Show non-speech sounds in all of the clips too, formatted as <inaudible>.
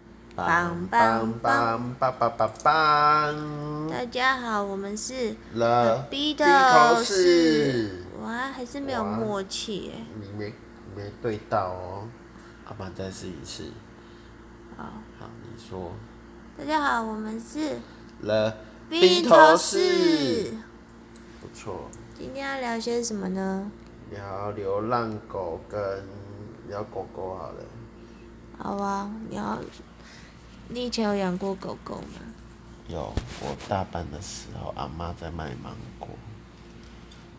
棒棒棒棒棒棒棒棒大家好，我们是了 Beatles 士。哇，还是没有哇默契耶。你没没对到哦，阿爸再试一次。好，好，你说大家好，我们是了 B 头士。不错，今天要聊些什么呢？聊流浪狗跟聊狗狗好了，好啊，你要，你以前有养过狗狗吗？有，我大班的时候，阿妈在卖芒果，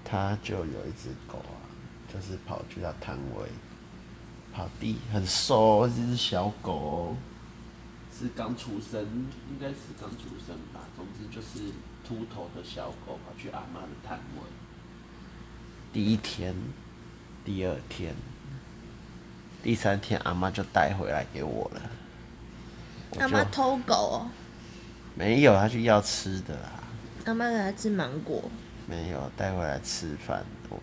她就有一只狗啊，就是跑去她摊位，跑地很瘦哦，这只小狗哦，是刚出生，应该是刚出生吧，总之就是秃头的小狗跑去阿妈的摊位。第一天，第二天，第三天，阿妈就带回来给我了。我阿就妈偷狗哦，没有，他去要吃的啦。阿妈给它吃芒果。没有带回来吃饭，我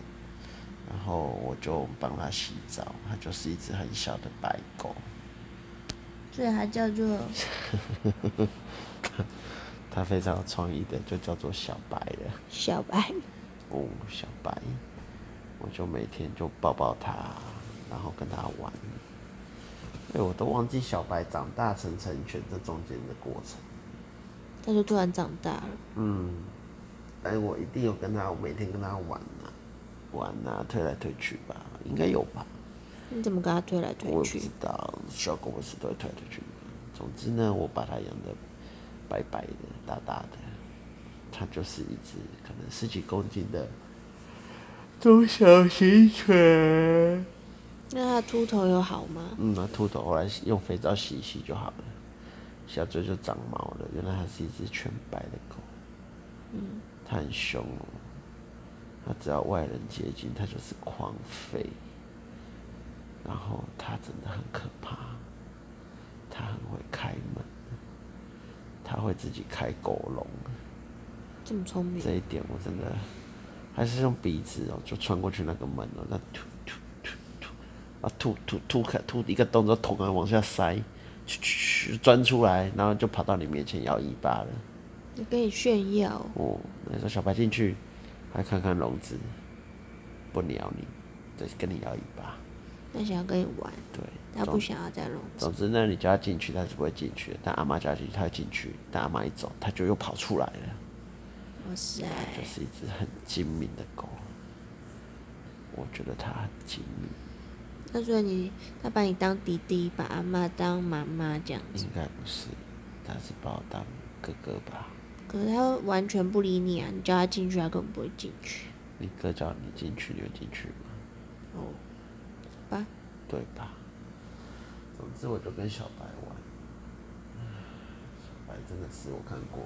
然后我就帮它洗澡，它就是一只很小的白狗， <laughs> 所以它叫做它非常有创意的，就叫做小白了。 <laughs> 小白，哦，小白，我就每天就抱抱它，然后跟它玩。哎，我都忘记小白长大成成犬这中间的过程。它就突然长大了。嗯，但我一定有跟它，我每天跟它玩啊，玩啊，推来推去吧，应该有吧。你怎么跟它推来推我也不知去？道，小狗我是都会推出去。总之呢，我把它养的白白的、大大的，它就是一只可能十几公斤的中小型犬。那它的秃头有好吗？嗯，那秃头后来用肥皂洗一洗就好了，小嘴就长毛了。原来它是一只全白的狗。嗯，它很凶哦，它只要外人接近，它就是狂吠。然后它真的很可怕，它很会开门，它会自己开狗笼，这么聪明，这一点我真的还是用鼻子哦，就穿过去那个门哦，那吐吐吐吐，啊吐吐吐开吐一个动作，桶啊往下塞，去去去钻出来，然后就跑到你面前摇尾巴了。你跟你炫耀哦，哦。那时候小白进去，还看看笼子，不鸟你，再跟你摇尾巴。那想要跟你玩，对，他总不想要再笼子。总之呢，你叫他进去，他是不会进去的；但阿妈叫他进去，他会进去；但阿妈一走，他就又跑出来了。哇塞，啊就是一只很精明的狗，我觉得它很精明，那所以你他把你当弟弟，把阿妈当妈妈这样子应，该不是，它是把我当哥哥吧？可是他完全不理你啊！你叫他进去，他根本不会进去。你哥叫你进去，你会进去吗？哦，好吧，对吧？总之，我就跟小白玩，小白真的是我看过，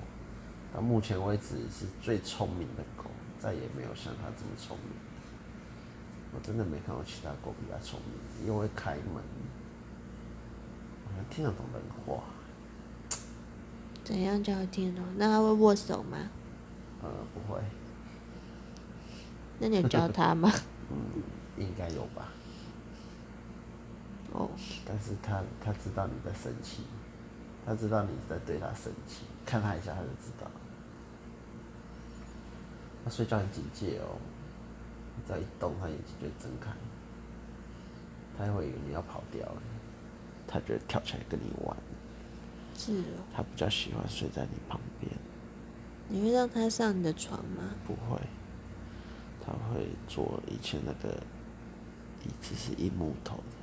到目前为止是最聪明的狗，再也没有像它这么聪明的。我真的没看过其他狗比它聪明，又会开门，我还听得懂人话。怎样叫他听得懂？那他会握手吗？呃，不会，那你有 <laughs> 教他吗？应该有吧。哦，但是他他知道你在生气，他知道你在对他生气，看他一下他就知道。他睡觉很警戒哦，你只要一动，他眼睛就会睁开，他会以为你要跑掉了，他就会跳起来跟你玩。是哦。他比较喜欢睡在你旁边，你会让他上你的床吗？不会，他会坐以前那个椅子是硬木头的。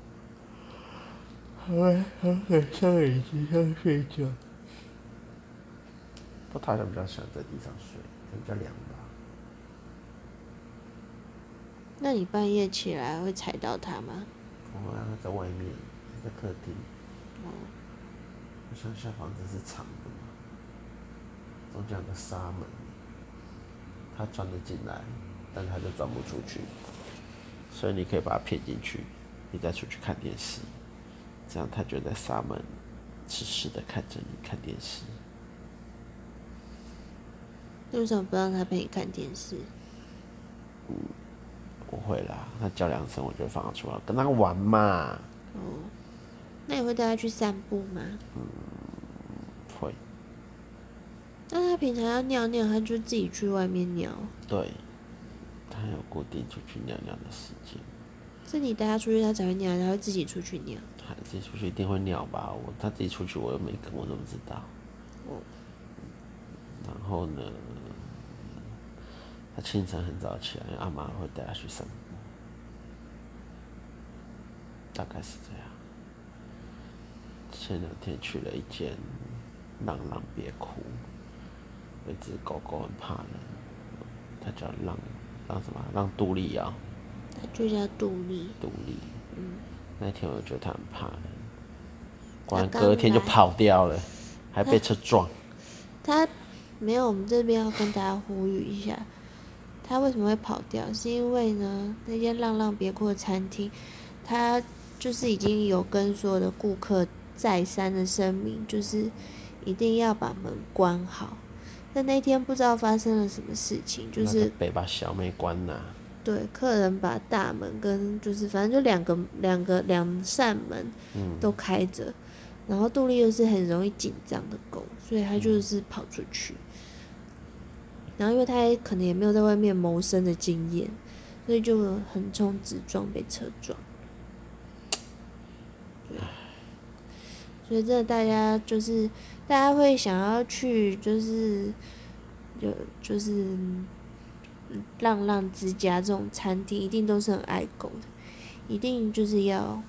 不，他好像比较喜欢在地上睡，比较凉吧。那你半夜起来会踩到他吗？我让他在外面，在客厅。哦我乡下房子是长的嘛，中间有个纱门，他钻得进来，但他就钻不出去。所以你可以把他骗进去，你再出去看电视，这样他就在纱门痴痴的看着你看电视。那为什么不让他陪你看电视？我会啦，他叫两声我就会放他哦出来，跟他玩嘛。那你会带他去散步吗？会，但它平常要尿尿，它就自己去外面尿。对，它有固定出去尿尿的时间，是你带它出去，它才会尿，它会自己出去尿。它自己出去一定会尿吧？我它自己出去，我又没跟，我怎么知道？哦，然后呢，它清晨很早起来，因为阿妈会带它去散步，大概是这样。前两天去了一间浪浪别哭，有一只狗狗很怕人，它叫浪浪什么？浪杜丽啊，它就叫杜丽。杜丽。那天我觉得它很怕人，嗯它果然刚隔天就来跑掉了，还被车撞。它没有，我们这边要跟大家呼吁一下，它为什么会跑掉？是因为呢，那间浪浪别哭的餐厅，它就是已经有跟所有的顾客再三的声明，就是一定要把门关好。但那天不知道发生了什么事情，就那是个北把小妹关了、对，客人把大门跟就是反正就两个两个两扇门都开着，然后杜丽又是很容易紧张的狗，所以它就是跑出去。然后因为它也可能也没有在外面谋生的经验，所以就横冲直撞被车撞。对，所以真的大家就是大家会想要去就是有就是浪浪之家这种餐厅一定都是很爱狗的，一定就是要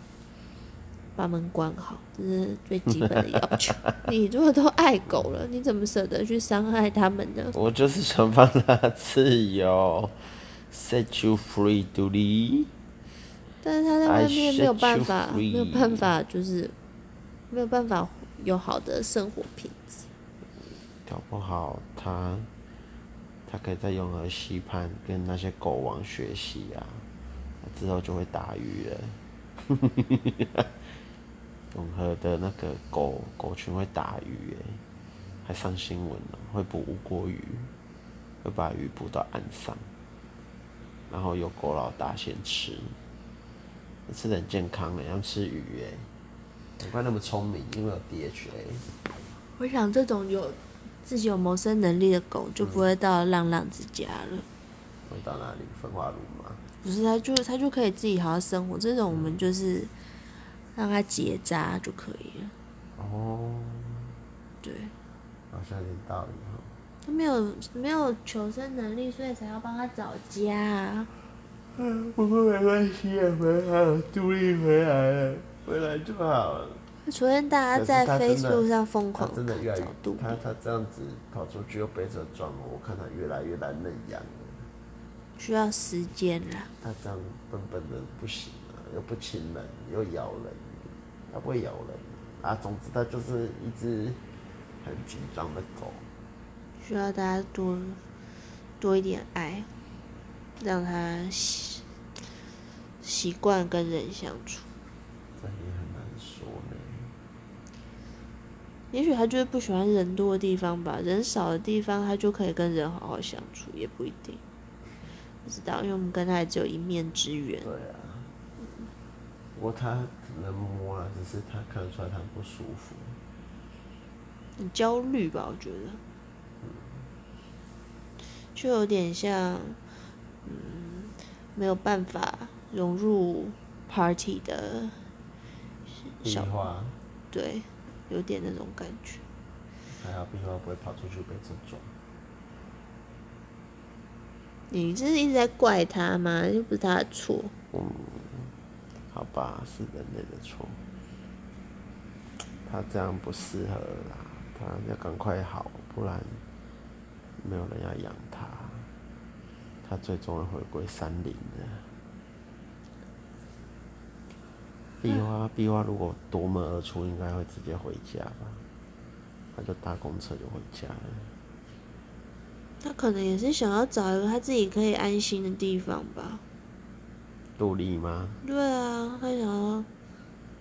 把门关好，这是最基本的要求。你如果都爱狗了，你怎么舍得去伤害它们呢？我就是想放他自由，set you free, Dolly。但是它在 I 外面没有 set you 办法， free 没有办法，就是没有办法有好的生活品质。搞不好他，他可以在永和溪畔跟那些狗王学习啊，他之后就会打鱼了。 <laughs> 永和的那个狗狗群会打鱼耶、还上新闻呢、会捕无国鱼，会把鱼捕到岸上，然后由狗老大先吃，吃的很健康诶、欸，他们吃鱼诶、难怪那么聪明，因为有 DHA。我想这种有自己有谋生能力的狗就不会到浪浪之家了。会到哪里？焚化炉吗？不是，它就它就可以自己好好生活。这种我们就是让它结扎就可以了。哦，对，好像有点道理哈。它没有没有求生能力，所以才要帮它找家啊。嗯，不过没关系，回来了，独立回来了，回来就好了。昨天大家在可是它真的 Facebook 上疯他狂真的越来找越杜，比，他他这样子跑出去又被车撞了，我看他越来越懒人样了。需要时间啦。他这样笨笨的不行啊，又不亲人，又咬人，他不会咬人啊。总之，他就是一只很紧张的狗。需要大家多多一点爱，让他习习惯跟人相处。这也很难说呢。也许他就是不喜欢人多的地方吧，人少的地方他就可以跟人好好相处，也不一定。不知道，因为我们跟他也只有一面之缘。对啊，不过他能摸啊，只是他看得出来他不舒服。很焦虑吧，我觉得，就有点像，嗯，没有办法融入 party 的，壁小花对，有点那种感觉。还好，壁花不会跑出去被车撞。你这是一直在怪他吗？又不是他的错。嗯好吧，是人类的错。他这样不适合啦，他要赶快好，不然没有人要养他。他最终会回归山林的。壁花，壁花如果夺门而出，应该会直接回家吧？他就搭公车就回家了。他可能也是想要找一个他自己可以安心的地方吧。杜丽吗？对啊，他想要，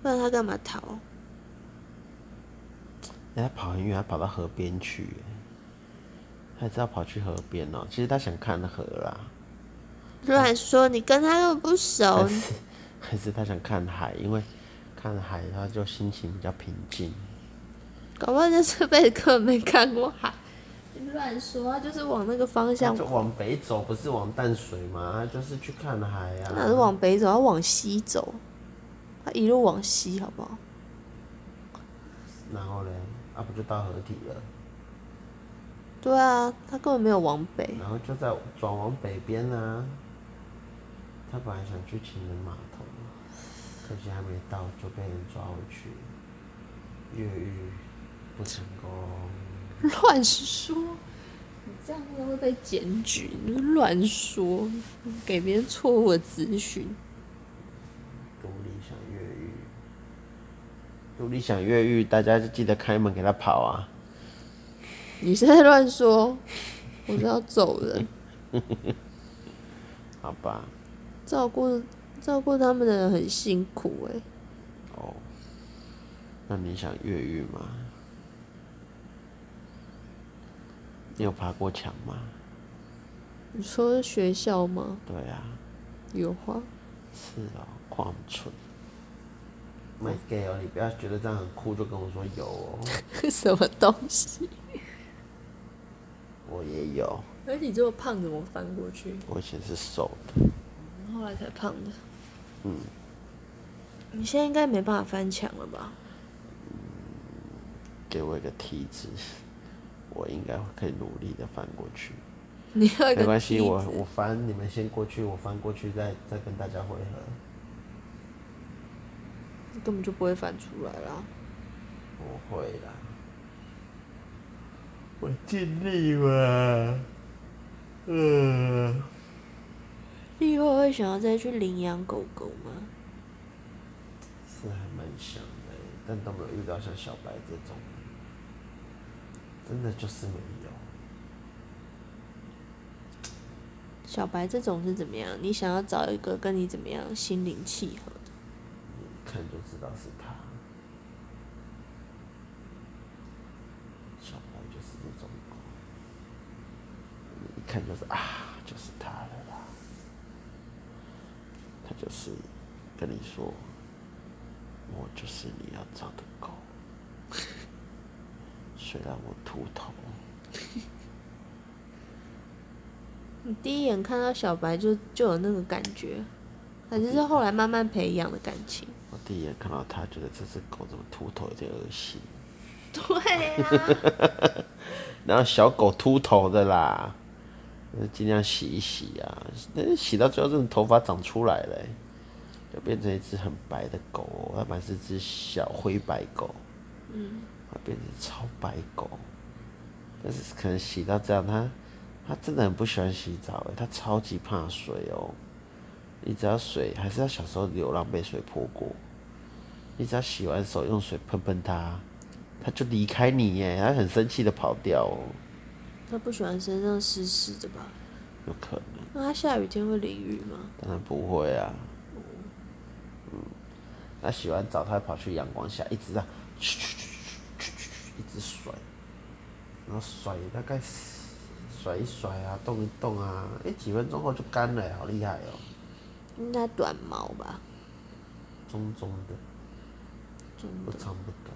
不然他干嘛逃？人家跑很远，还跑到河边去耶，还知道跑去河边哦、其实他想看河啦，乱说，你跟他又不熟还，是 <laughs> 还是他想看海，因为看海他就心情比较平静。搞不好这这辈子根本没看过海。你乱说，他就是往那个方他向就，往北走，不是往淡水吗？他就是去看海啊。哪是往北走，他往西走，他一路往西，好不好？然后嘞，啊不就到合体了？对啊，他根本没有往北。然后就在转往北边啊。他本来想去情人码头，可惜还没到就被人抓回去，越狱不成功。乱说，你这样子会被检举。你乱说，给别人错误的资讯。独立想越狱，独立想越狱，大家就记得开门给他跑啊！你是在乱 <laughs> 说，我是要走了。好吧，照顾照顾他们的人很辛苦哎、哦，那你想越狱吗？你有爬过墙吗？你说学校吗？对啊，有啊，是哦，矿蠢。My gay 哦，你不要觉得这样很酷就跟我说有哦， <laughs> 什么东西？ <laughs> 我也有，而你这么胖，怎么翻过去？我以前是瘦的。后来才胖的。嗯。你现在应该没办法翻墙了吧？给我一个梯子，我应该可以努力的翻过去。 <laughs> 你要一个没关系，梯我子我翻，你们先过去，我翻过去再再跟大家汇合。你根本就不会翻出来啦。我会啦，我尽力嘛。嗯，你以后会想要再去领养狗狗吗？是还蛮想的欸，但都没有遇到像小白这种，真的就是没有。小白这种是怎么样？你想要找一个跟你怎么样心灵契合的？一看就知道是他。小白就是这种狗，一看就是啊，就是他了啦。他就是跟你说，我就是你要找的狗。 <laughs> 虽然我秃头，你第一眼看到小白就就有那个感觉，还是是后来慢慢培养的感情？我第一眼看到他，觉得这只狗怎么秃头有点恶心。对啊呀、然后小狗秃头的啦，呃尽量洗一洗啊。那洗到最后，真的头发长出来了欸、就变成一只很白的狗哦、它本来是只小灰白狗，嗯，它变成超白狗。但是可能洗到这样，它它真的很不喜欢洗澡、欸，它超级怕水哦、你只要水，还是它小时候流浪被水泼过。你只要洗完手用水喷喷它，它就离开你耶，它很生气的跑掉哦、 <laughs> 他不喜欢身上湿湿的吧？有可能，那他下雨天会淋雨吗？当然不会啊。嗯，那洗完澡，他跑去阳光下，一直这样，嘘嘘嘘嘘嘘嘘一直甩，然后甩大概甩一甩啊，动一动啊，哎、几分钟后就干了耶，好厉害哦、应该短毛吧？中中的，中不长不短。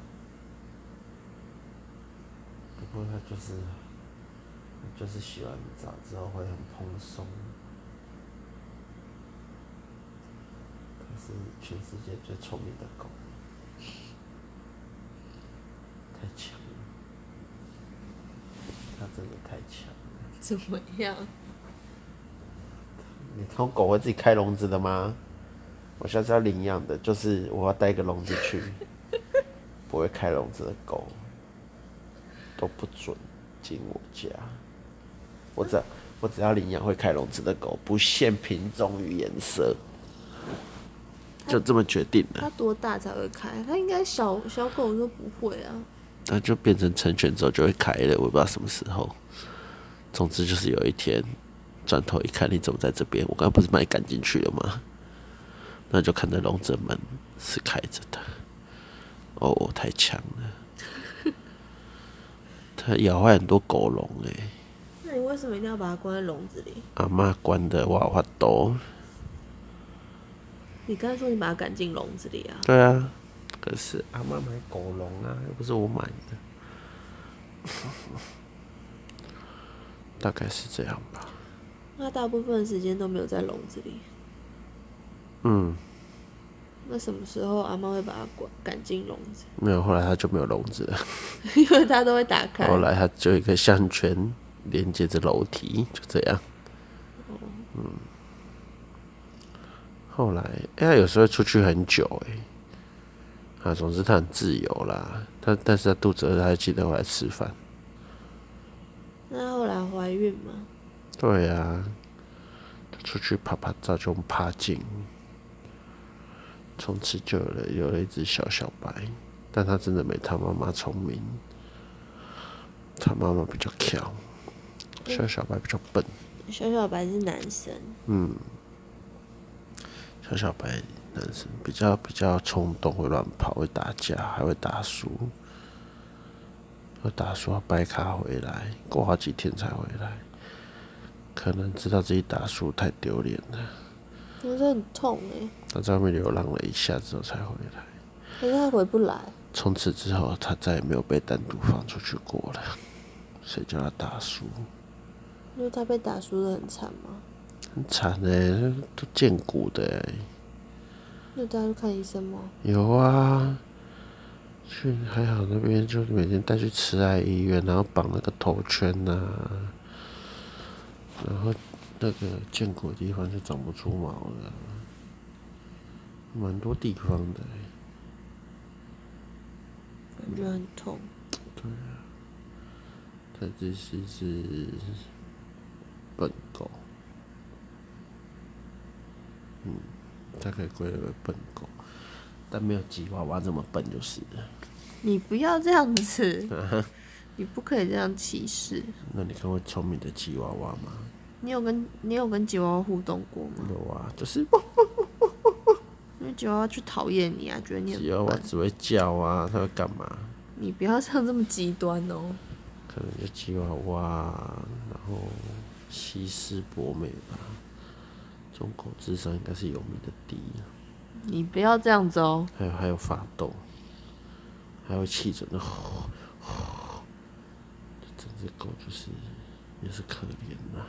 不过他就是，它就是洗完澡之后会很蓬松，它是全世界最聪明的狗，太强了，它真的太强了。怎么样？你这种狗会自己开笼子的吗？我下次要领养的，就是我要带一个笼子去，不会开笼子的狗都不准进我家。我只我只要领养会开笼子的狗，不限品种与颜色，就这么决定了。它多大才会开？它应该小小狗都不会啊。那就变成成犬之后就会开了，我也不知道什么时候。总之就是有一天，转头一看，你怎么在这边？我刚刚不是把你赶进去了吗？那就看到笼子的门是开着的。哦，我太强了！ <laughs> 它咬坏很多狗笼哎、那你为什么一定要把它关在笼子里？阿妈关的娃娃兜。你刚才说你把它赶进笼子里啊？对啊，可是阿妈买狗笼啊，又不是我买的。 <laughs> 大概是这样吧。那大部分的时间都没有在笼子里。嗯，那什么时候阿妈会把它管赶进笼子？ <laughs> 没有，后来它就没有笼子了。因为它都会打开。后来它就有一个项圈连接着楼梯，就这样。嗯。后来，哎、它有时候出去很久、欸哎，啊，总之它很自由啦。它但是它肚子饿，它就记得回来吃饭。那后来怀孕吗？对呀、它出去爬爬照就用爬进，从此就有了有了一只小小白，但它真的没它妈妈聪明，它妈妈比较巧，小小白比较笨。小小白是男生，小小白男生比较比较冲动，会乱跑，会打架，还会打输，会打输要白卡回来，过好几天才回来，可能知道自己打输太丢脸了，我是很痛哎、他在外面流浪了一下之后才回来。可是他回不来。从此之后，他再也没有被单独放出去过了。谁叫他打输？因为他被打输的很惨嘛，很惨哎、都见骨的哎、那带他去看医生吗？有啊，去还好那边就是每天带去慈爱医院，然后绑那个头圈呐、然后那个见骨的地方就长不出毛了，蛮多地方的欸、感觉很痛。它这是一只笨狗，嗯，它可以归类为笨狗，但没有吉娃娃这么笨就是了。你不要这样 <laughs> 子，你不可以这样歧视。那你看过聪明的吉娃娃吗？你有跟你有跟吉娃娃互动过吗？有啊，就是因为吉娃娃就讨厌你啊，觉得你吉娃很娃笨。只会叫啊，它会干嘛？你不要这样这么极端哦。可能就吉娃娃，然后西施博美吧。中国智商应该是有名的第一啊。你不要这样子哦。还有还有发抖，还有气喘的吼吼，这整只狗就是也是可怜呐、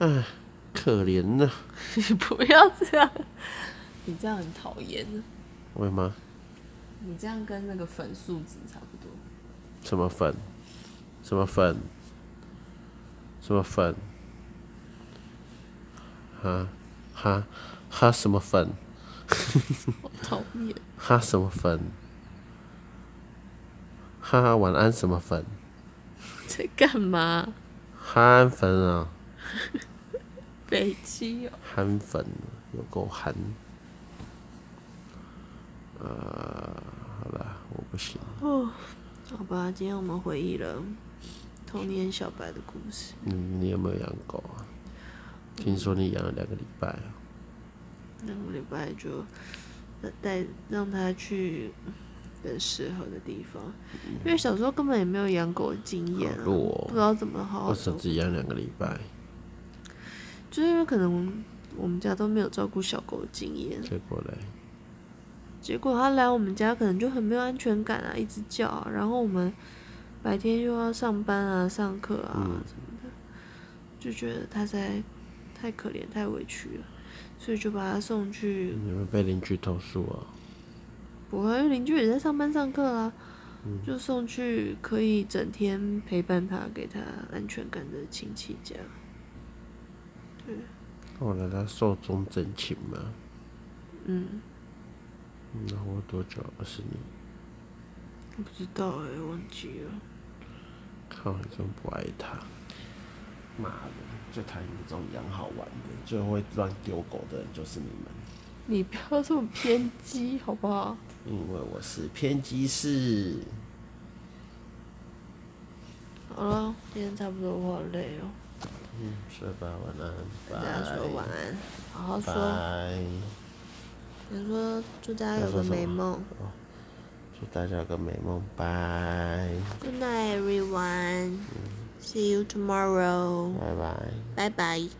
哎，可怜呐、你 <laughs> 不要这样，你这样很讨厌的。为吗？你这样跟那个粉树脂差不多。什么粉？什么粉？什么粉？哈哈哈什么粉？好讨厌，哈什么粉？哈哈晚安什么粉？在干嘛？哈安粉啊、北七哦，憨粉有够憨。呃，好啦，我不行。好吧，今天我们回忆了童年小白的故事。你你有没有养狗啊？听说你养了两个礼拜啊？那个礼拜就带让他去更适合的地方，因为小时候根本也没有养狗的经验啊，嗯好弱哦不知道怎么好好我只照顾。只养两个礼拜，就是因为可能我们我们家都没有照顾小狗的经验，结果嘞，结果它来我们家可能就很没有安全感啊，一直叫啊、然后我们白天又要上班啊、上课啊什么的，就觉得它在太可怜、太委屈了，所以就把它送去你们被邻居投诉啊？不会，因为邻居也在上班上课啦，就送去可以整天陪伴他、给他安全感的亲戚家。后哦来它寿终正寝嘛。嗯，嗯那活多久？二十年？我不知道哎、忘记了。靠，你根本不爱它。妈的，就谈你这种养好玩的，最后会乱丢狗的人就是你们。你不要这么偏激好不好？因为我是偏激式。好了，今天差不多，我好累哦。嗯，睡吧，晚安，跟大家说晚安，好好说。拜。你说祝大家有个要说什么美梦。祝大家有个美梦，拜， Good night, everyone. See you tomorrow. 拜拜。拜拜。